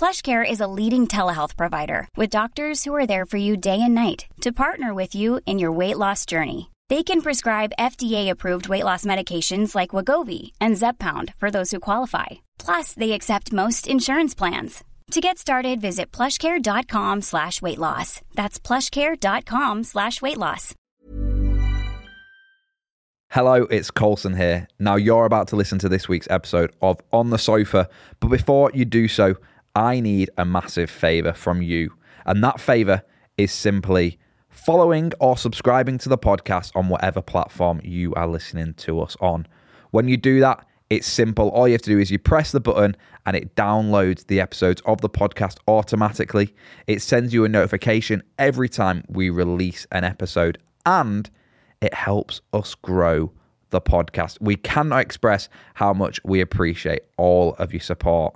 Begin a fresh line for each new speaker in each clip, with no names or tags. PlushCare is a leading telehealth provider with doctors who are there for you day and night to partner with you in your weight loss journey. They can prescribe FDA-approved weight loss medications like Wagovi and Zepbound for those who qualify. Plus, they accept most insurance plans. To get started, visit plushcare.com slash weight loss. That's plushcare.com slash weight loss.
Hello, it's Colson here. Now, you're about to listen to this week's episode of On the Sofa, but before you do so, I need a massive favour from you. And that favour is simply following or subscribing to the podcast on whatever platform you are listening to us on. When you do that, it's simple. All you have to do is you press the button and it downloads the episodes of the podcast automatically. It sends you a notification every time we release an episode. And it helps us grow the podcast. We cannot express how much we appreciate all of your support.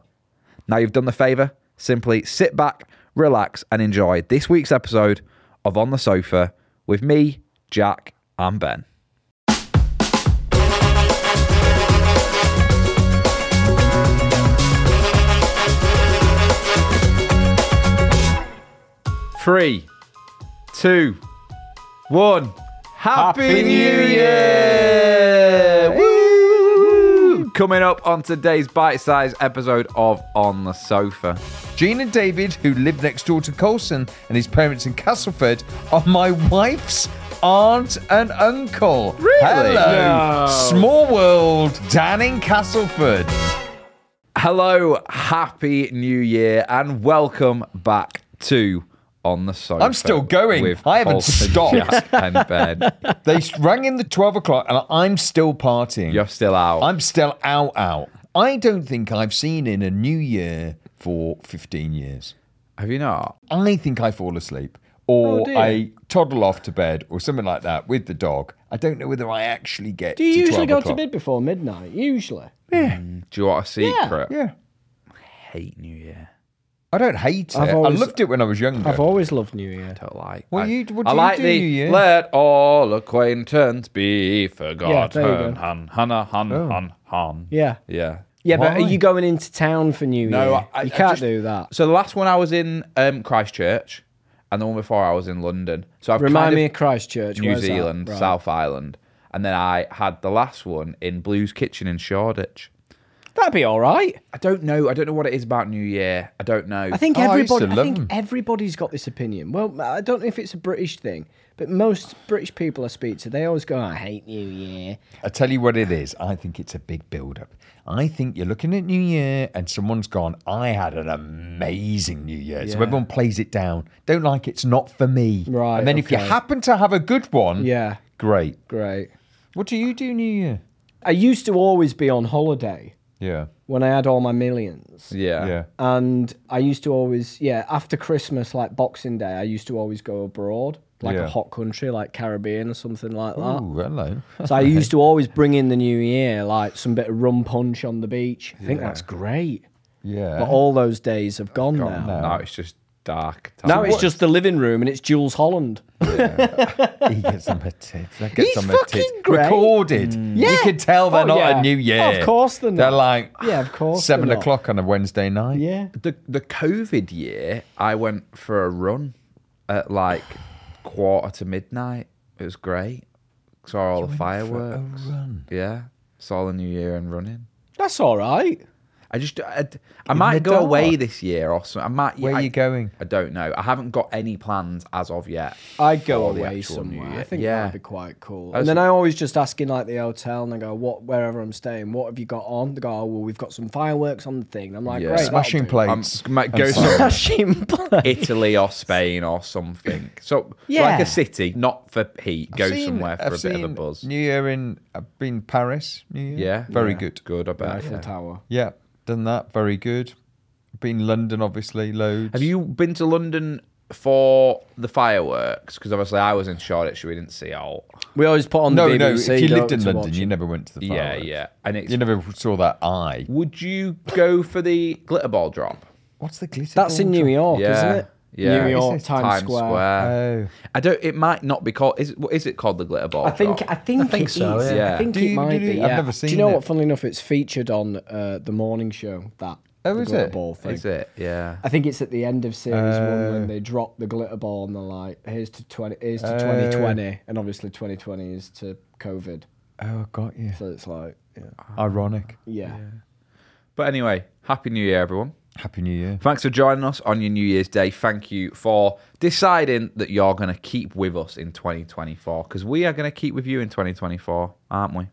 Now you've done the favor, simply sit back, relax, and enjoy this week's episode of On the Sofa with me, Jack, and Ben. Three, two, one. Happy, New
Happy New
Year! Woo! Coming up on today's bite-sized episode of On the Sofa.
Jean and David, who live next door to Colson and his parents in Castleford, are my wife's aunt and uncle.
Really?
Hello. Small world, down in Castleford.
Hello, happy new year, and welcome back to On the Sofa.
I'm still going. I haven't
Alton,
stopped.
Jack and Ben.
They rang in the 12 o'clock and I'm still partying.
You're still out.
I'm still out, out. I don't think I've seen in a new year for 15 years.
Have you not?
I think I fall asleep
Oh,
or
dear.
I toddle off to bed or something like that with the dog. I don't know whether I actually get
Do you
to
usually
12
go to
o'clock.
bed before midnight? Usually.
Do you want a secret?
Yeah.
Hate New Year.
I don't hate
I've
it.
always-
I loved it when I was younger.
I've always loved New Year.
Don't like.
What
I,
you- what
I
do you
like
do
the
New Year?
let all acquaintance be forgot.
there you go.
hun, hun, hun, hun, hun, hun.
Yeah.
Oh. Yeah.
Yeah, but
Why?
are you going into town for New
No,
Year?
I- I
you can't
just-
do that.
So the last one I was in um, Christchurch, and the one before I was in London. So I've
Remind
kind
me
of-
of Christchurch.
New
where's that?
Zealand,
Right.
South Island. And then I had the last one in Blue's Kitchen in Shoreditch.
That'd be all right.
I don't know. I don't know what it is about New Year. I don't know.
I think
Oh, I used to
everybody. I,
love
think
'em.
everybody's got this opinion. Well, I don't know if it's a British thing, but most British people I speak to, they always go, "I hate New Year."
I tell you what it is. I think it's a big build up. I think you're looking at New Year and someone's gone, I had an amazing New Year. So
Yeah.
everyone plays it down. Don't like it's not for me.
Right,
And then if you
okay.
happen to have a good one,
Yeah,
great.
great.
What do you do New Year?
I used to always be on holiday
Yeah.
when I had all my millions.
Yeah.
Yeah.
and I used to always, yeah, after Christmas, like Boxing Day, I used to always go abroad, like
Yeah.
a hot country, like Caribbean or something like that.
Ooh, hello.
So I used to always bring in the new year, like some bit of rum punch on the beach. I think that's great.
Yeah.
But all those days have gone, now.
Now it's just dark. Time.
Now it's just the living room and it's Jules Holland.
he gets on my tits. I get
He's
on my tits.
fucking great.
Recorded. You
Yeah.
can tell they're
Oh,
not
yeah.
a New Year.
Of course they're
They're
not.
like
Yeah, of course
seven
they're not.
o'clock on a Wednesday night.
Yeah.
the the COVID year. I went for a run at like quarter to midnight. It was great. Saw all the fireworks. Yeah. Saw the New Year and running.
That's all right.
I just I, I might
the
go away
dark.
this year or something. I might.
Where
I-
you going?
I don't know. I haven't got any plans as of yet.
I'd go
for the
away
actual New
somewhere. I
Year.
think
yeah.
that'd be quite cool.
I
And
was-
then I always just ask in like the hotel, and I go, "What? Wherever I'm staying, what have you got on?" They go, "Oh, well, we've got some fireworks on the thing." And I'm like,
Yeah.
"Great,
Smashing
play,
Um,
plates.
might
I'm
go
sorry.
somewhere.
smashing play."
Italy or Spain or something. So
Yeah.
like a city, not for heat. go
I've seen-
somewhere for
I've
a bit of a
seen
buzz.
New Year in I've been Paris. New Year,
yeah,
very
Yeah.
good.
Good, I bet.
Eiffel
yeah.
Tower.
Yeah, done that. Very good. Been London, obviously, loads.
Have you been to London for the fireworks? Because obviously I was in Shoreditch, so we didn't see all.
We always put on
No,
the BBC.
no. If you lived
don't
in
to
London,
watch
you
it.
never went to the
Yeah,
fireworks.
yeah. And it's
You never saw that eye.
Would you go for the glitter ball drop?
What's the glitter?
that's in New York, isn't it?
Yeah.
New York,
Is it?
Times, Square.
Uh,
Oh.
I don't. It might not be called. Is it, what is it called the glitter ball?
I think
Drop?
I think,
think
it
so,
is.
yeah.
I think
Do
it
you-
might
do
be.
you-
Yeah.
I've never
Do
seen
you know
it.
what? Funnily enough, it's featured on uh, the morning show. That
Oh,
the
is
glitter
it? Uh.
ball thing.
Is it? Yeah.
I think it's at the end of series one when they drop the glitter ball and they're like, "Here's to twenty, here's to
Oh.
2020," and obviously 2020 is to COVID.
Oh, got you.
So it's like, yeah,
Ironic.
yeah.
But anyway, happy New Year, everyone.
Happy New Year.
Thanks for joining us on your New Year's Day. Thank you for deciding that you're going to keep with us in 2024 because we are going to keep with you in 2024, aren't we?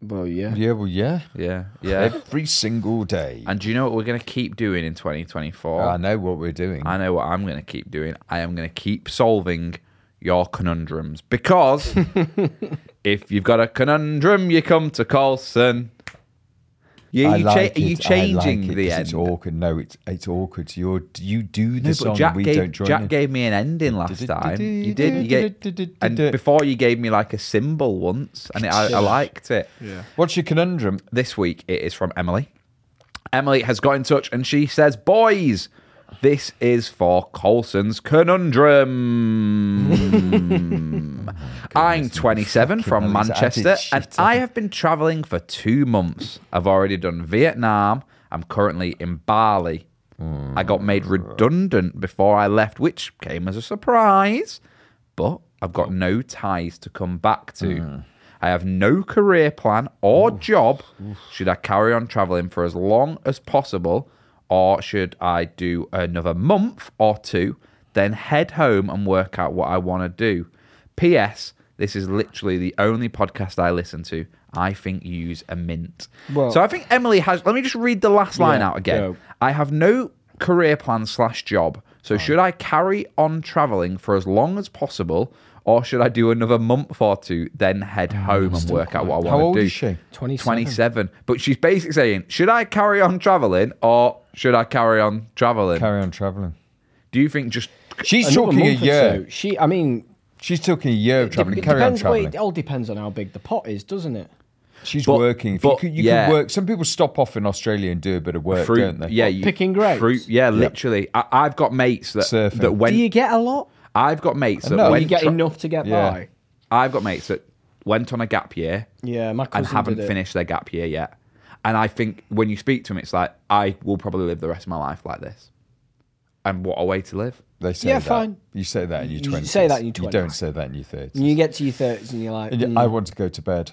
Well, yeah.
Yeah, well, yeah.
Yeah, yeah.
Every single day.
and do you know what we're going to keep doing in 2024?
I know what we're doing.
I know what I'm going to keep doing. I am going to keep solving your conundrums because if you've got a conundrum, you come to Colson. Yeah,
I
you
like
cha- are you
it, I like
changing
it
the
'cause
end?
It's awkward. No, it's it's awkward. You're you do
No,
the
but
song.
Jack,
we
gave,
don't join.
Jack
in.
gave me an ending last time. You did. You gave, and before you gave me like a symbol once, and it, I, I liked it.
What's your conundrum?
This week it is from Emily. Emily has got in touch and she says, Boys, this is for Colson's conundrum. I'm 27 from
Emily's added
Manchester and
shit
I have been traveling for two months. I've already done Vietnam. I'm currently in Bali. I got made redundant before I left, which came as a surprise but I've got no ties to come back to. I have no career plan or job. Should I carry on traveling for as long as possible, or should I do another month or two, then head home and work out what I want to do? P.S. This is literally the only podcast I listen to. I think use a mint.
Well-
so I think Emily has. Let me just read the last line out again.
go.
I have no career plan slash job, so should I carry on traveling for as long as possible, or should I do another month or two, then head home and work out what I
Oh, How
want
old
to do?
is she?
27.
Twenty-seven. But she's basically saying, should I carry on traveling, or should I carry on traveling?
Carry on travelling.
do you think just
She's
Another
talking a
month or
year.
two. She, I mean,
She's talking a year of travelling.
it
Carry on
depends. what-
travelling.
it all depends on how big the pot is, doesn't it?
She's
But-
working. If
but,
you could, you
yeah.
could work. Some people stop off in Australia and do a bit of work,
fruit?
don't they?
Yeah, you,
picking grapes?
Fruit. Yeah, literally. I, I've got mates that
Surfing.
that went.
Do you get a lot?
I've got mates that
No,
Or
went
you get
tra-
enough to get
Yeah.
by?
I've got mates that went on a gap year
Yeah, my cousin
and haven't
did it.
finished their gap year yet. And I think when you speak to them, it's like, I will probably live the rest of my life like this. And what a way to live.
They say
Yeah,
that.
fine.
You say that in your
You
twenties.
say that in your
You
20s.
don't say that in your thirties.
And you get to your thirties and you're like, "Mm,
I want to go to bed.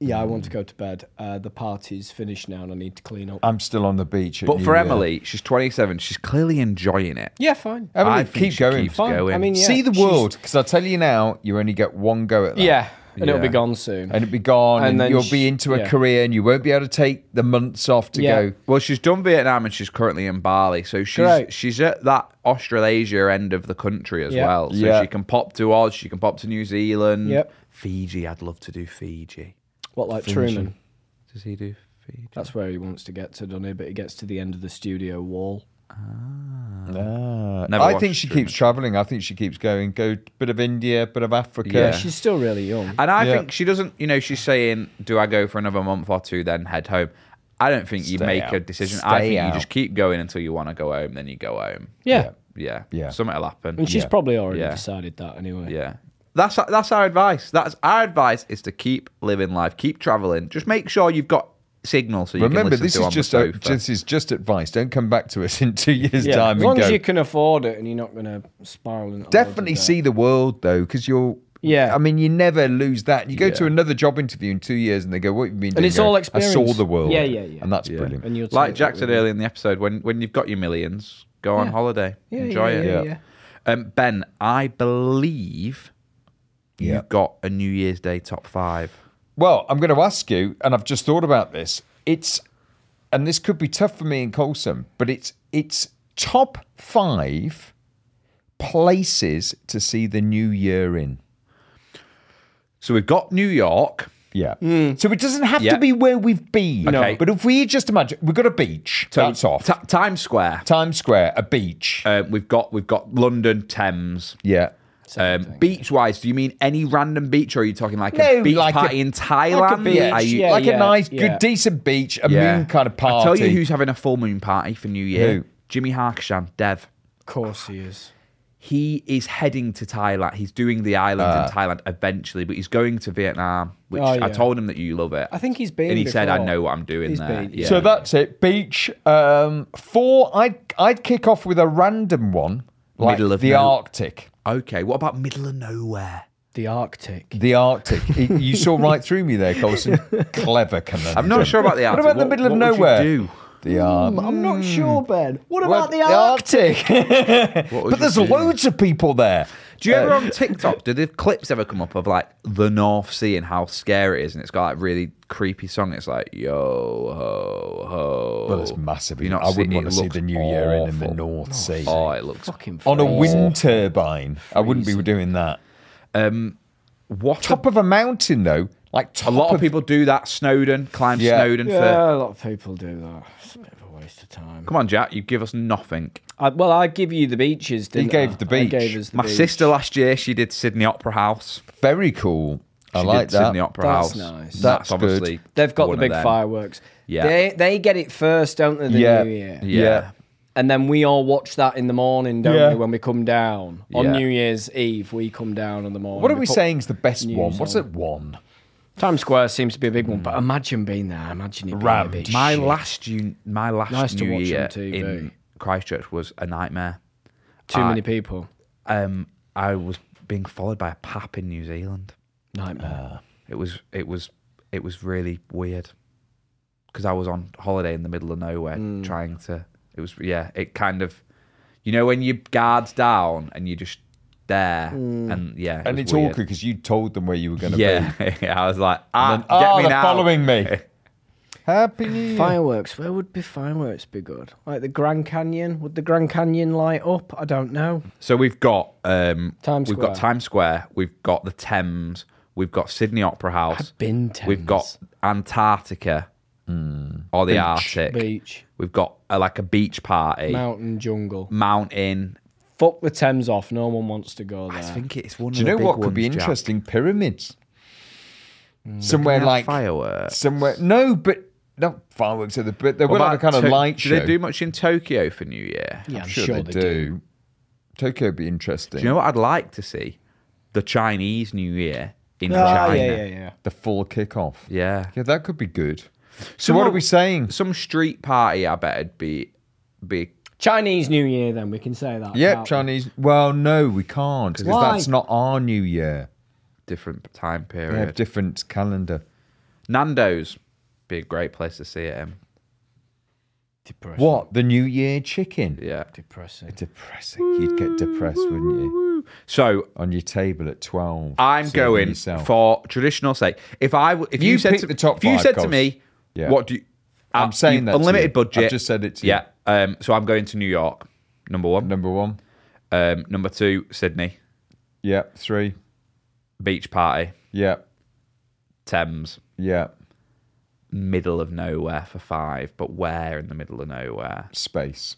yeah, I want to go to bed. Uh, the party's finished now and I need to clean up.
I'm still on the beach. At
But
New
for
Year.
Emily, she's 27. She's clearly enjoying it.
yeah, fine.
Emily,
I think
keep
she
going.
keeps Fine. going.
I mean, yeah,
See the
she's-
world, because I tell you now, you only get one go at that.
Yeah, and it'll be
Yeah.
gone soon.
and it'll be gone,
And
and,
then
you'll
sh-
be into a
yeah.
career, and you won't be able to take the months off to
Yeah.
go.
Well, she's done Vietnam and she's currently in Bali. So she's
Great.
she's at that Australasia end of the country as
Yeah.
well. So
Yeah.
she can pop to Oz, she can pop to New Zealand.
Yep.
Fiji, I'd love to do Fiji.
what like Truman?
Does he do Fiji?
Uh,
That's where he wants to get to, doesn't he? But he gets to the end of the studio wall.
Ah.
Never
I
watched
think she
Truman.
keeps traveling. I think she keeps going. Go bit of India, bit of Africa.
Yeah.
She's still really young.
And I
Yeah.
think she doesn't, you know, she's saying, do I go for another month or two, then head home? I don't think you
Stay
make a
out.
decision. I
Stay
think you
out.
just keep going until you want to go home, then you go home.
yeah.
Yeah.
Yeah.
Something will happen.
And she's
yeah.
probably already
Yeah.
decided that anyway.
Yeah. That's that's our advice. That's our advice is to keep living life, keep traveling. Just make sure you've got signal so you can
Remember,
listen
this
to
is
on
just
the
a,
sofa.
this is just advice. Don't come back to us in two years'
Yeah,
time
as long
and go.
as you can afford it and you're not going to spiral. Into
Definitely see the world though, because you'll
Yeah.
I mean, you never lose that. You go to
Yeah.
another job interview in two years, and they go, "What have you been?" doing?"
it's
You go,
all
I saw
experience.
the world.
Yeah, yeah, yeah.
And that's
Yeah.
brilliant.
and you'll
like
take
Jack
it
said
with you.
earlier in the episode, when when you've got your millions, go on holiday,
Yeah,
enjoy
yeah,
it.
yeah, Yeah. yeah.
Um, ben, I believe you got a New Year's Day top five.
Well, I'm going to ask you, and I've just thought about this. It's, and this could be tough for me and Colson, but it's it's top five places to see the new year in.
So we've got New York.
Yeah. So it doesn't have
Hmm. Yeah.
to be where we've been.
Okay.
But if we just imagine, we've got a beach.
So
that's off.
Ti- Times Square.
Times Square, a beach.
Uh, we've got we've got London Thames.
yeah.
Um, beach wise, do you mean any random beach, or are you talking like a
No,
beach
like a-
party in Thailand?
Like a beach,
Are you-
yeah,
like
yeah,
a nice,
yeah.
good, decent beach, a
Yeah.
moon kind of party.
I'll tell you who's having a full moon party for New Year.
Who?
Jimmy Harkishan, Dev.
Of course he is.
He is heading to Thailand. He's doing the islands in Thailand eventually, but he's going to Vietnam, which
Oh,
I
yeah.
told him that you love it.
I think he's been
And he said, "I
before.
know what I'm doing
He's
there."
been.
Yeah.
So that's it. Beach. Um, four. I'd I'd kick off with a random one, like
Middle of
the
no-
Arctic.
okay. What about middle of nowhere?
The Arctic.
The Arctic. Y- you saw right through me there, Colson. Clever conundrum.
I'm not sure about the Arctic.
What about the middle of
what would you
nowhere?
do?
The Arctic.
I'm not sure, Ben. Hmm. What about the Arctic?
Arctic?
What would
but
you
there's
do?
loads of people there. Uh,
Do you ever on TikTok? do the clips ever come up of like the North Sea and how scary it is, and it's got like really creepy song. It's like yo ho ho.
Well, it's massive.
Oh, You're not
I wouldn't
see-
want
it
to see
looks
the New Year in, in the
awful.
North Sea.
Oh, it looks
Fucking
On a
freezing.
wind turbine. I wouldn't be doing that.
what
Top of a mountain, though. Like top
a lot of people do that. Snowden, climb
Yeah.
Snowden for.
Yeah, a lot of people do that. It's a bit of a waste of time.
Come on, Jack, you give us nothing.
I, well, I give you the beaches. Didn't
gave
I?
the
I
beach.
gave us the
My
beach.
sister last year, she did Sydney Opera House.
Very cool. I
She
like
did
that.
Sydney Opera
That's
House.
nice.
That's,
That's good.
obviously
They've got
one
the
of
big
them.
fireworks.
Yeah.
They they get it first, don't they? The
Yeah.
New Year.
Yeah.
Yeah.
And then we all watch that in the morning, don't
Yeah.
we? When we come down
Yeah.
on New Year's Eve, we come down in the morning.
What are we
put-
saying is the best
news
one? What's
on.
it one?
Times Square seems to be a big one, but imagine being there. Imagine it being
Rammed.
a bit
Hmm. My
shit.
last un- my last
Nice to
New
watch on
Year
TV.
in Christchurch was a nightmare.
Too many people.
Um, I was being followed by a pap in New Zealand.
Nightmare.
It was it was it was really weird because I was on holiday in the middle of nowhere
Hmm.
trying to. It was yeah. It kind of you know when your guards down and you're just there
Hmm.
and yeah. it
And
was
it's
weird.
awkward because you told them where you were going to
Yeah, I was like, ah,
be.
get
Ah,
me
they're
now.
following me. Happy New Year.
Fireworks. Where would be fireworks be good? Like the Grand Canyon? Would the Grand Canyon light up? I don't know.
So we've got um,
Times
we've got
Square.
Times Square, we've got the Thames, we've got Sydney Opera House,
I've been
we've got
Thames.
Antarctica
Hmm.
or the Arctic,
Beach,
we've got uh like a beach party,
mountain, jungle.
mountain. Uh,
Fuck the Thames off. No one wants to go there.
I think it's one.
Do you
of the
know
big
what could be
ones, Jack. Mm.
interesting? Pyramids. Somewhere
Looking at
like
fireworks.
Somewhere no, but not fireworks. At the, but they
What
will have a
about
kind of
To-
light
Do
show.
they do much in Tokyo for New Year?
yeah, I'm
sure, they, do. Tokyo would be interesting.
Do you know what I'd like to see? The Chinese New Year in
Ah,
China.
yeah, yeah, yeah.
The full kickoff.
Yeah.
Yeah, that could be good. So
Some
what are
of-
we saying?
Some street party, I bet it'd be be
Chinese New Year, then we can say that.
Yep,
can't we?
Chinese. Well, no, we can't because
Why?
that's not our New Year.
different time
We have
period.
different calendar.
Nando's be a great place to see it. In.
Depressing.
What the New Year chicken?
Yeah.
Depressing.
Depressing. You'd get depressed, wouldn't you?
So
On your table at twelve.
I'm
serving
going
yourself.
for traditional sake. If I w- if you,
You
said
pick
to,
the top
if you
five,
said to
Cos.
me,
Yeah.
what do you?
I'm
uh,
saying
you-
that to
unlimited
you. I've
budget.
just said it to you.
yeah. Um, so I'm going to New York. Number one.
number one.
Um, number two, Sydney
Yeah, three.
beach party,
Yeah,
Thames,
yeah.
middle of nowhere for five. But where in the middle of nowhere?
Space.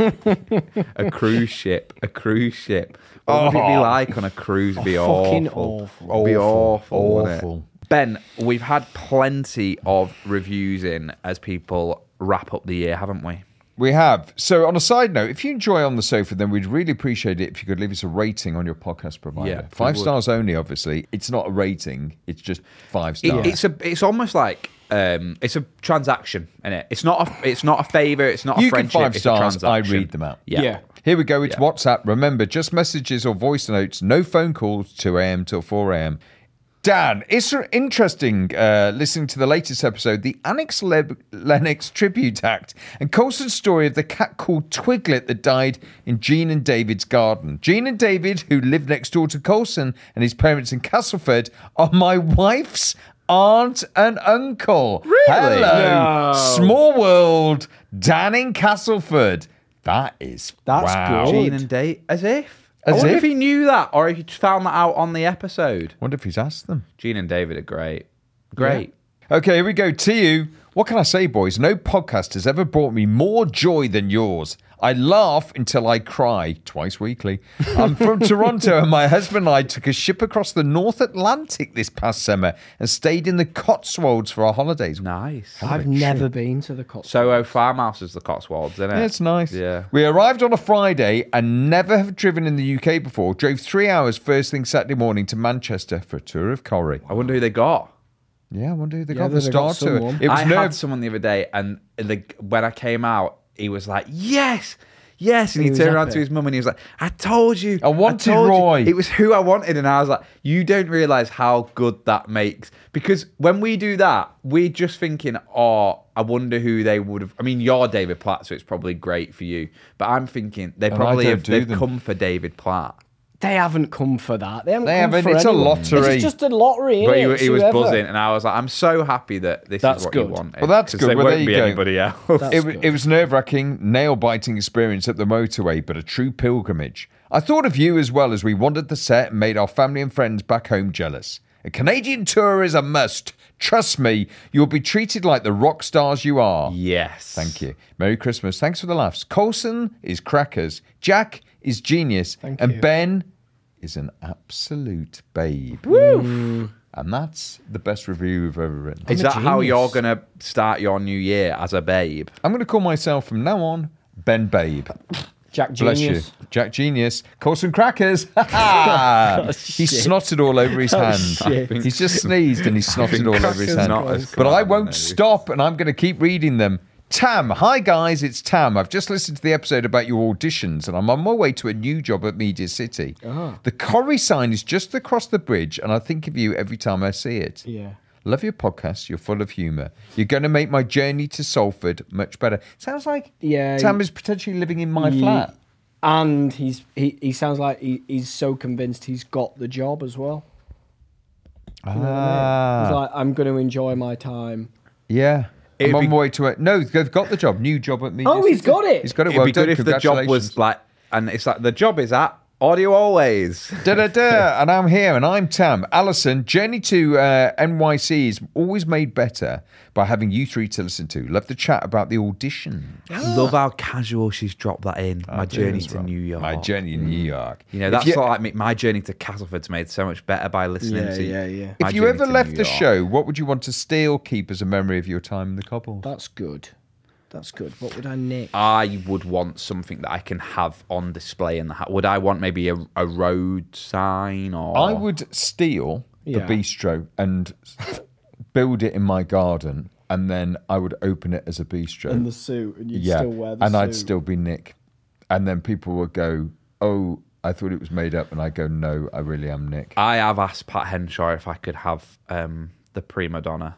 a cruise ship, a cruise ship. What would it be like on a cruise? It'd be
fucking
awful.
awful.
It'd be awful.
Oh. Awful,
wouldn't it?
awful.
Ben, we've had plenty of reviews in as people wrap up the year, haven't we?
We have. So, on a side note, if you enjoy On the Sofa, then we'd really appreciate it if you could leave us a rating on your podcast provider.
Yeah, we
five
would.
stars only, obviously. It's not a rating, it's just five
It-
stars.
It's a. It's almost like um, it's a transaction, and it. It's not a. It's not a favor. It's not a
you give
friendship.
five
it's a
stars, I
transaction.
read them out.
Yeah.
Yeah.
Here we go. It's
Yeah.
WhatsApp. Remember, just messages or voice notes. No phone calls. 2 a.m. till 4 a.m. Dan, it's r- interesting uh, listening to the latest episode, the Annex Le- Lennox Tribute Act, and Colson's story of the cat called Twiglet that died in Jean and David's garden. Jean and David, who live next door to Colson and his parents in Castleford, are my wife's aunt and uncle. Really? Hello. Small world, Dan in Castleford. That is
That's
wow.
good.
Gene and Dave, as if.
As
I wonder if?
if?
he knew that, or if he found that out on the episode.
Wonder if he's asked them.
Gene and David are great. Great.
Okay, here we go. To you. What can I say, boys? No podcast has ever brought me more joy than yours. I laugh until I cry twice weekly. I'm from Toronto, and my husband and I took a ship across the North Atlantic this past summer and stayed in the Cotswolds for our holidays.
Nice.
I've never been to the Cotswolds.
Soho uh, Farmhouse is the Cotswolds, isn't it?
Yeah, it's nice.
Yeah.
We arrived on a Friday and never have driven in the UK before. Drove three hours first thing Saturday morning to Manchester for a tour of Corrie.
I wonder who they got.
Yeah, I wonder who they
Yeah,
got the
they got
star to.
someone.
It was
I
nerve
had someone the other day, and the, when I came out, he was like, "Yes, yes," and he,
He was
turned around
happy.
to his mum and he was like, "I told you,
I wanted
told you."
Roy.
It was who I wanted, and I was like, "You don't realize how good that makes because when we do that, we're just thinking, oh." I wonder who they would have. I mean, you're David Platt, so it's probably great for you. But I'm thinking they
I
probably
don't
have
do
they've
them.
come for David Platt.
They haven't come for that. They haven't.
They
come
haven't.
for
It's a
anyone.
lottery.
It's just a lottery.
But
innit?
he, he
It's
was
whoever.
buzzing, and I was like, "I'm so happy that this
That's
is what
good.
you wanted."
Well, that's
'cause
good.
There
Well,
won't
there you
be
go.
anybody else.
It,
good.
it was nerve wracking, nail biting experience at the motorway, but a true pilgrimage. I thought of you as well as we wandered the set and made our family and friends back home jealous. A Canadian tour is a must. Trust me, you'll be treated like the rock stars you are.
yes.
Thank you. Merry Christmas. Thanks for the laughs. Colson is crackers. Jack is genius. and Ben is an absolute babe. Woo! And that's the best review we've ever written.
Is that how you're going to start your new year as a babe?
I'm going to call myself from now on Ben Babe.
Jack
Bless you.
Genius.
Jack Genius. Colson Crackers. he snotted all over his hand.
shit.
Oh, He's just sneezed and he snotted all over his
Crackers
hand.
not as
But I
common
won't
as-
stop and I'm going to keep reading them. Tam, hi guys, it's Tam. I've just listened to the episode about your auditions and I'm on my way to a new job at Media City. The Corrie sign is just across the bridge and I think of you every time I see it.
Yeah.
Love your podcast. You're full of humour. You're going to make my journey to Salford much better. Sounds like
Yeah.
Tam is potentially living in my
Ye-
flat.
And he's he, he sounds like he, he's so convinced he's got the job as well. He's
Ah,
like, I'm going to enjoy my time.
yeah.
It'd
I'm on
be-
my way to it. No, they've got the job. New job at Media
Oh, he's
City.
got it.
He's got it.
It'd
well
be
done.
good if the job was
Congratulations.
like, and it's like the job is at Audio Always.
da da da. And I'm here, and I'm Tam. Alison, journey to uh, NYC is always made better by having you three to listen to. Love the chat about the audition.
Love how casual she's dropped that in. My journey to New York. Mm.
My journey in New York.
You know,
If
that's sort of like me, my journey to Castleford's made so much better by listening
Yeah,
to.
yeah, yeah.
my
If you
journey
ever
to
left
New
the
York.
show, what would you want to still keep as a memory of your time in the cobbles?
That's good. That's good. What would I nick?
I would want something that I can have on display in the house. Would I want maybe a, a road sign or?
I would steal
Yeah.
the bistro and build it in my garden, and then I would open it as a bistro.
In the suit, and you'd
yeah,
still wear the
and I'd
suit.
still be Nick, and then people would go, "Oh, I thought it was made up," and I go, "No, I really am Nick."
I have asked Pat Henshaw if I could have um, the prima donna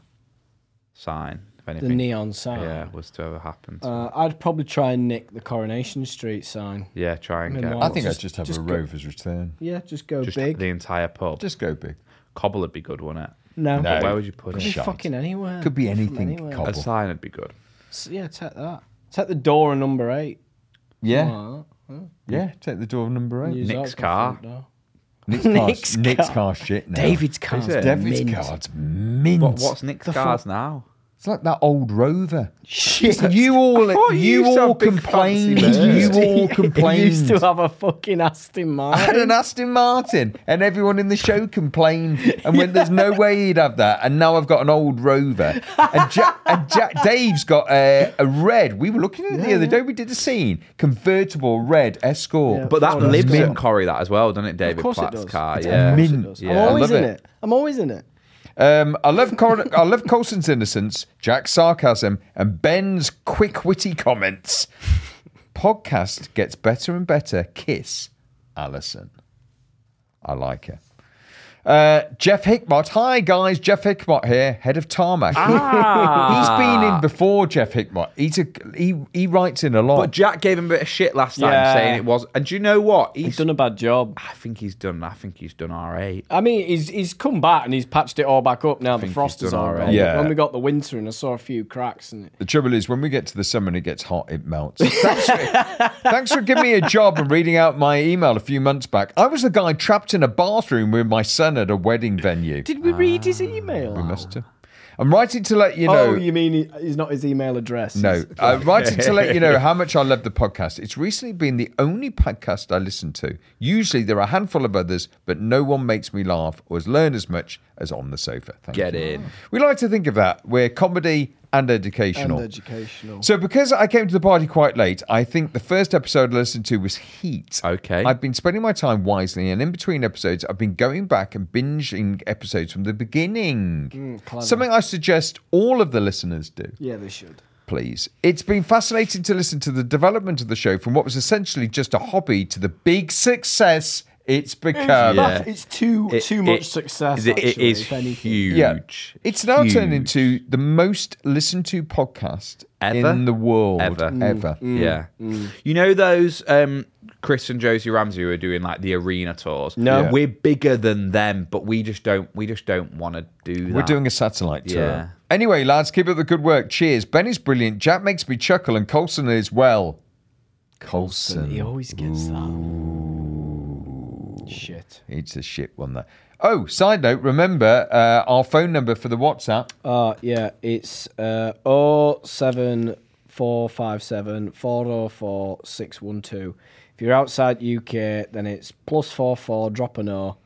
sign. If
the
anything,
neon sign.
yeah, was to ever happen. So,
Uh, I'd probably try and nick the Coronation Street sign.
yeah, try and
I mean,
get.
why
I
not?
think
just-
I'd just have
just
a
go-
rover's return.
Yeah, just go
just
big.
the entire pub.
Just go big.
cobble would be good, wouldn't it?
no,
No.
Where would you put
Could be
it?
Shite.
fucking anywhere.
Could be
From
anything
anywhere.
cobble.
A sign would be good.
S- Yeah, take that. Take the door and number eight.
Yeah,
Alright.
yeah. Take the door of number eight.
Use
Nick's
that for
car.
front door.
Nick's, car,
Nick's
Nick's,
car.
car shit now.
David's car's
it?
David's
mint.
card's mint.
What, what's Nick's
The
cars now?
It's like that old rover.
Shit.
You all,
I thought you
you,
used to
all
have big
complained.
fancy
You
birds.
all
He used
complained.
to have a fucking Aston
I had
Martin.
an Aston Martin, and everyone in the show complained. And when there's no way he'd have that, and now I've got an old Rover, and Jack, and Jack Dave's got a, a red. We were looking at it the other day. We did a scene convertible red Escort.
But that
Oh, that's
lives in
mint.
Corrie, that as well, doesn't it, David
of course it
Platt's
does.
car?
Of
Yeah.
course it does.
Yeah.
I'm
I
always
love
in
it.
it. I'm always in it.
Um, I love Cor- I love Colson's innocence, Jack's sarcasm, and Ben's quick witty comments. Podcast gets better and better. Kiss, Alison. I like her. Uh, Jeff Hickmott. Hi guys, Jeff Hickmott here, head of tarmac. He's been in before. Jeff Hickmott. He's a, he he writes in a lot.
But Jack gave him a bit of shit last time
Yeah.
saying it was. And do you know what?
He's done a bad job.
I think he's done. I think he's done all right.
I mean, he's he's come back and he's patched it all back up now. The
think
frost
he's
is
done
all
all right.
gone.
Yeah.
When we got the winter and I saw a few cracks in it.
The trouble is, when we get to the summer and it gets hot, it melts. Thanks for, thanks for giving me a job and reading out my email a few months back. I was the guy trapped in a bathroom with my son at a wedding venue.
Did we read
Ah,
his email?
We must have. I'm writing to let you know.
Oh, you mean he- he's not his email address?
No,
He's-
I'm writing to let you know how much I love the podcast. It's recently been the only podcast I listen to. Usually there are a handful of others, but no one makes me laugh or has learned as much as on the sofa. Thank
Get
you.
in.
We like to think of that. We're comedy and educational.
And educational.
So, because I came to the party quite late, I think the first episode I listened to was Heat.
Okay.
I've been spending my time wisely, and in between episodes, I've been going back and binging episodes from the beginning. Something I suggest all of the listeners do
Mm, Yeah, they should.
please. It's been fascinating to listen to the development of the show from what was essentially just a hobby to the big success it's
Mm.
become.
Yeah.
It's too
It-
Oh, too much
it-
success.
It, it
actually,
is
if anything.
huge.
Yeah. It's now turned
Huge.
into the most listened to podcast
Ever?
in the world
Ever. Mm.
ever.
Mm,
Yeah. You know those um, Chris and Josie Ramsey who are doing like the arena tours?
No. Yeah.
We're bigger than them, but we just don't we just don't want to do that.
We're doing a satellite tour.
Yeah.
Anyway, lads, keep up the good work. Cheers. Ben is brilliant. Jack makes me chuckle, and Colson is well. Colson.
He always gets that. Shit.
It's a shit one there. Oh, side note, remember uh, our phone number for the WhatsApp
Oh.
Uh, yeah, it's uh, 07457 oh, 404 612. If you're outside UK, then it's plus 44, drop an O.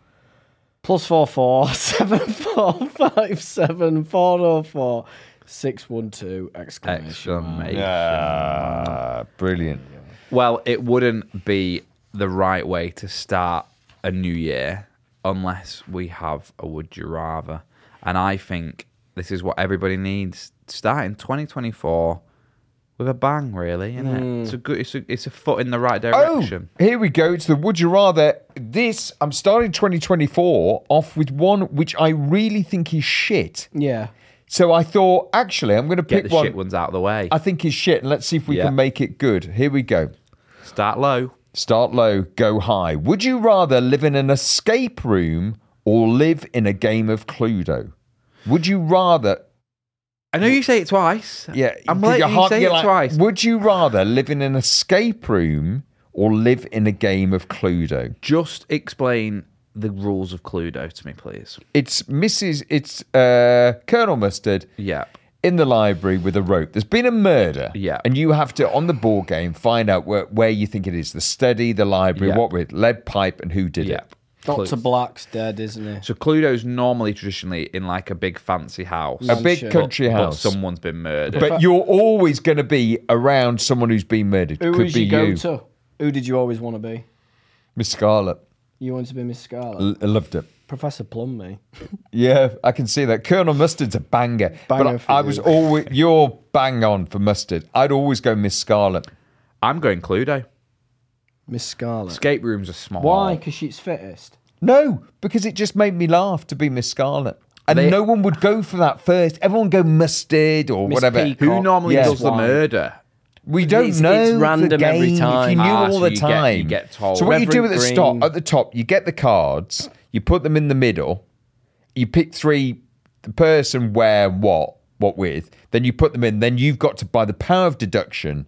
Plus 44 7457 404 612. Exclamation.
Excellent.
Ah, brilliant.
Well, it wouldn't be the right way to start a new year unless we have a would you rather. And I think this is what everybody needs starting 2024 with a bang, really, isn't it? It's a good, it's a, it's a foot in the right direction.
Hmm. Oh, here we go. It's the Would You Rather. This, I'm starting 2024 off with one which I really think is shit.
Yeah.
So I thought, actually, I'm going to
Get
pick
the
one
shit ones out of the way.
I think is shit, and let's see if we
Yeah.
can make it good. Here we go.
Start low.
Start low, go high. Would you rather live in an escape room or live in a game of Cluedo? Would you rather?
I know you say it twice.
Yeah,
I'm
your
letting you
heart-
say
you're
it
like,
twice.
Would you rather live in an escape room or live in a game of Cluedo?
Just explain the rules of Cluedo to me, please.
It's Mrs. It's uh, Colonel Mustard
Yeah.
in the library with a rope. There's been a murder.
Yeah.
And you have to, on the board game, find out where, where you think it is the study, the library,
Yeah.
what with lead pipe, and who did
Yeah.
it.
Dr.
Clue-
Black's dead, isn't he?
So Cluedo's normally traditionally in like a big fancy house.
A big
Mansion.
country
but
house. But,
someone's been murdered.
you're always going to be around someone who's been murdered.
Who
Could
was
be
your go
you.
to? Who did you always want to be?
Miss Scarlet.
You wanted to be Miss Scarlet?
L- I loved it.
Professor Plum, me.
Yeah, I can see that. Colonel Mustard's a banger.
Banger
but
for
I, I
you.
was always, you're bang on for Mustard. I'd always go Miss Scarlet.
I'm going Cluedo.
Miss Scarlet.
Escape rooms are small.
Why? Because she's fittest.
No, because it just made me laugh to be Miss Scarlet. And
They-
no one would go for that first. Everyone go mustard or
Miss
whatever.
Peacock.
Who normally
Yeah.
does the
Why?
murder?
We don't
It's-
know.
it's
the
random every
game. If you
time.
knew
Ah,
all
so
the
you get- you
time,
get told.
So what you do at
Reverend
the stop,
Green.
at the top, you get the cards. You put them in the middle. You pick three: the person, where, what, what with. Then you put them in. Then you've got to, by the power of deduction,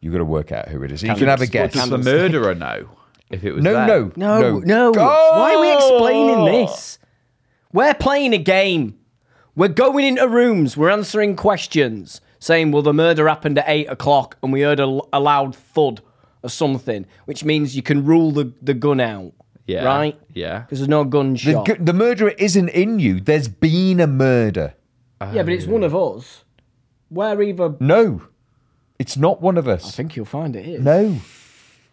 you've got to work out who it is. You can have a guess.
Does the murderer know if it was
No,
them?
no, Oh!
No, no. Why are we explaining this? We're playing a game. We're going into rooms. We're answering questions. Saying, well, the murder happened at eight o'clock and we heard a, l- a loud thud or something, which means you can rule the, the gun out.
Yeah,
Right?
yeah.
Because there's no
The,
gunshot.
gu- the murderer isn't in you. There's been a murder.
yeah, but it's one of us. Where either.
No, it's not one of us.
I think you'll find it is.
no,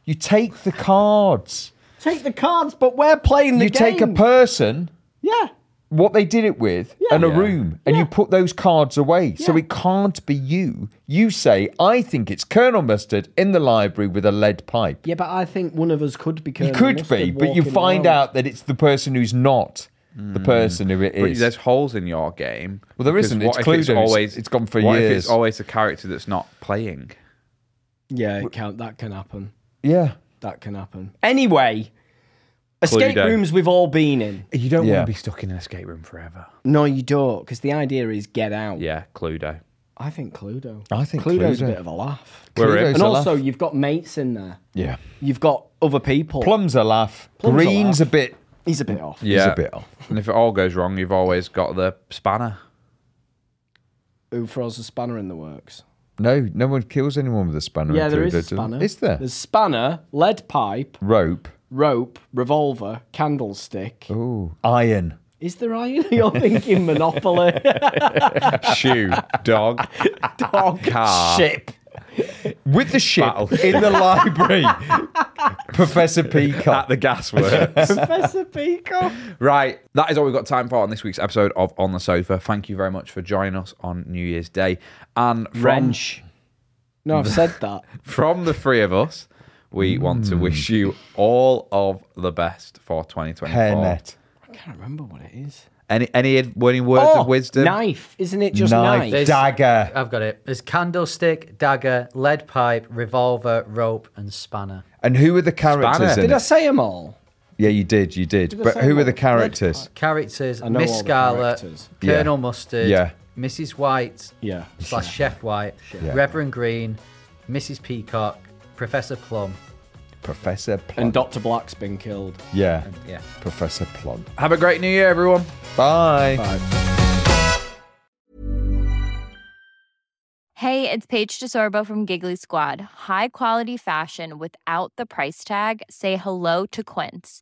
you take the cards.
Take the cards, but we're playing the
You
game.
take a person,
Yeah.
what they did it with, and a room, and you put those cards away. So it can't be you. You say, "I think it's Colonel Mustard in the library with a lead pipe."
Yeah, but I think one of us could be.
you
Colonel
could
Mustard
be, but you
walking
find
around.
out that it's the person who's not the person who it
Hmm. But
is.
there's holes in your game.
Well, there
because
isn't.
what
It's
if
Cluedo's.
always
It's gone for
what If
years.
it's always a character that's not playing.
Yeah, it can, that can happen.
yeah,
That can happen. Anyway, escape
Cluedo.
rooms we've all been in.
You don't
Yeah.
want to be stuck in an escape room forever.
No, you don't, because the idea is get out.
Yeah, Cluedo.
I think Cluedo.
I think
Cluedo's
Cluedo.
a bit of a laugh.
We're in.
Cluedo's
and
a
also,
laugh.
you've got mates in there.
yeah.
You've got other people.
Plum's a laugh.
Plum's a
Green's a,
laugh.
bit.
He's a bit off.
Yeah,
a bit off.
And if it all goes wrong, you've always got the spanner.
Who throws a spanner in the works?
No, no one kills anyone with a spanner.
Yeah,
in
there
Cluedo,
is a
does-
spanner.
Is there?
There's spanner, lead pipe,
rope.
rope, revolver, candlestick.
Ooh, iron.
Is there iron? You're thinking Monopoly.
Shoe, dog,
Dog.
car.
Ah,
Ship.
With the ship
Battle.
in the library. Professor Peacock.
At the gasworks.
Professor Peacock.
right, that is all we've got time for on this week's episode of On the Sofa. Thank you very much for joining us on New Year's Day. And from,
French. No, I've said that.
from the three of us, we want to wish you all of the best for 2024.
Hairnet.
I can't remember what it is.
Any any any words of wisdom?
Oh, Knife, isn't it just
Knife.
knife?
There's- Dagger.
I've got it. There's candlestick, dagger, lead pipe, revolver, rope, and spanner.
And who are the characters
Spanner.
in
Did
it?
I say them all?
Yeah, you did. You did.
I
but
say
who are
that?
the characters?
Characters:
know all
Miss
the
Scarlet,
characters.
Yeah.
Colonel Mustard,
Yeah.
Mrs. White
Yeah.
slash Chef White,
Yeah.
Reverend Green, Mrs. Peacock, Professor Plum.
Professor Plum.
And Dr. Black's been killed.
yeah.
yeah.
Professor Plum.
Have a great New Year, everyone.
Bye.
Hey, it's Paige DeSorbo from Giggly Squad. High quality fashion without the price tag. Say hello to Quince.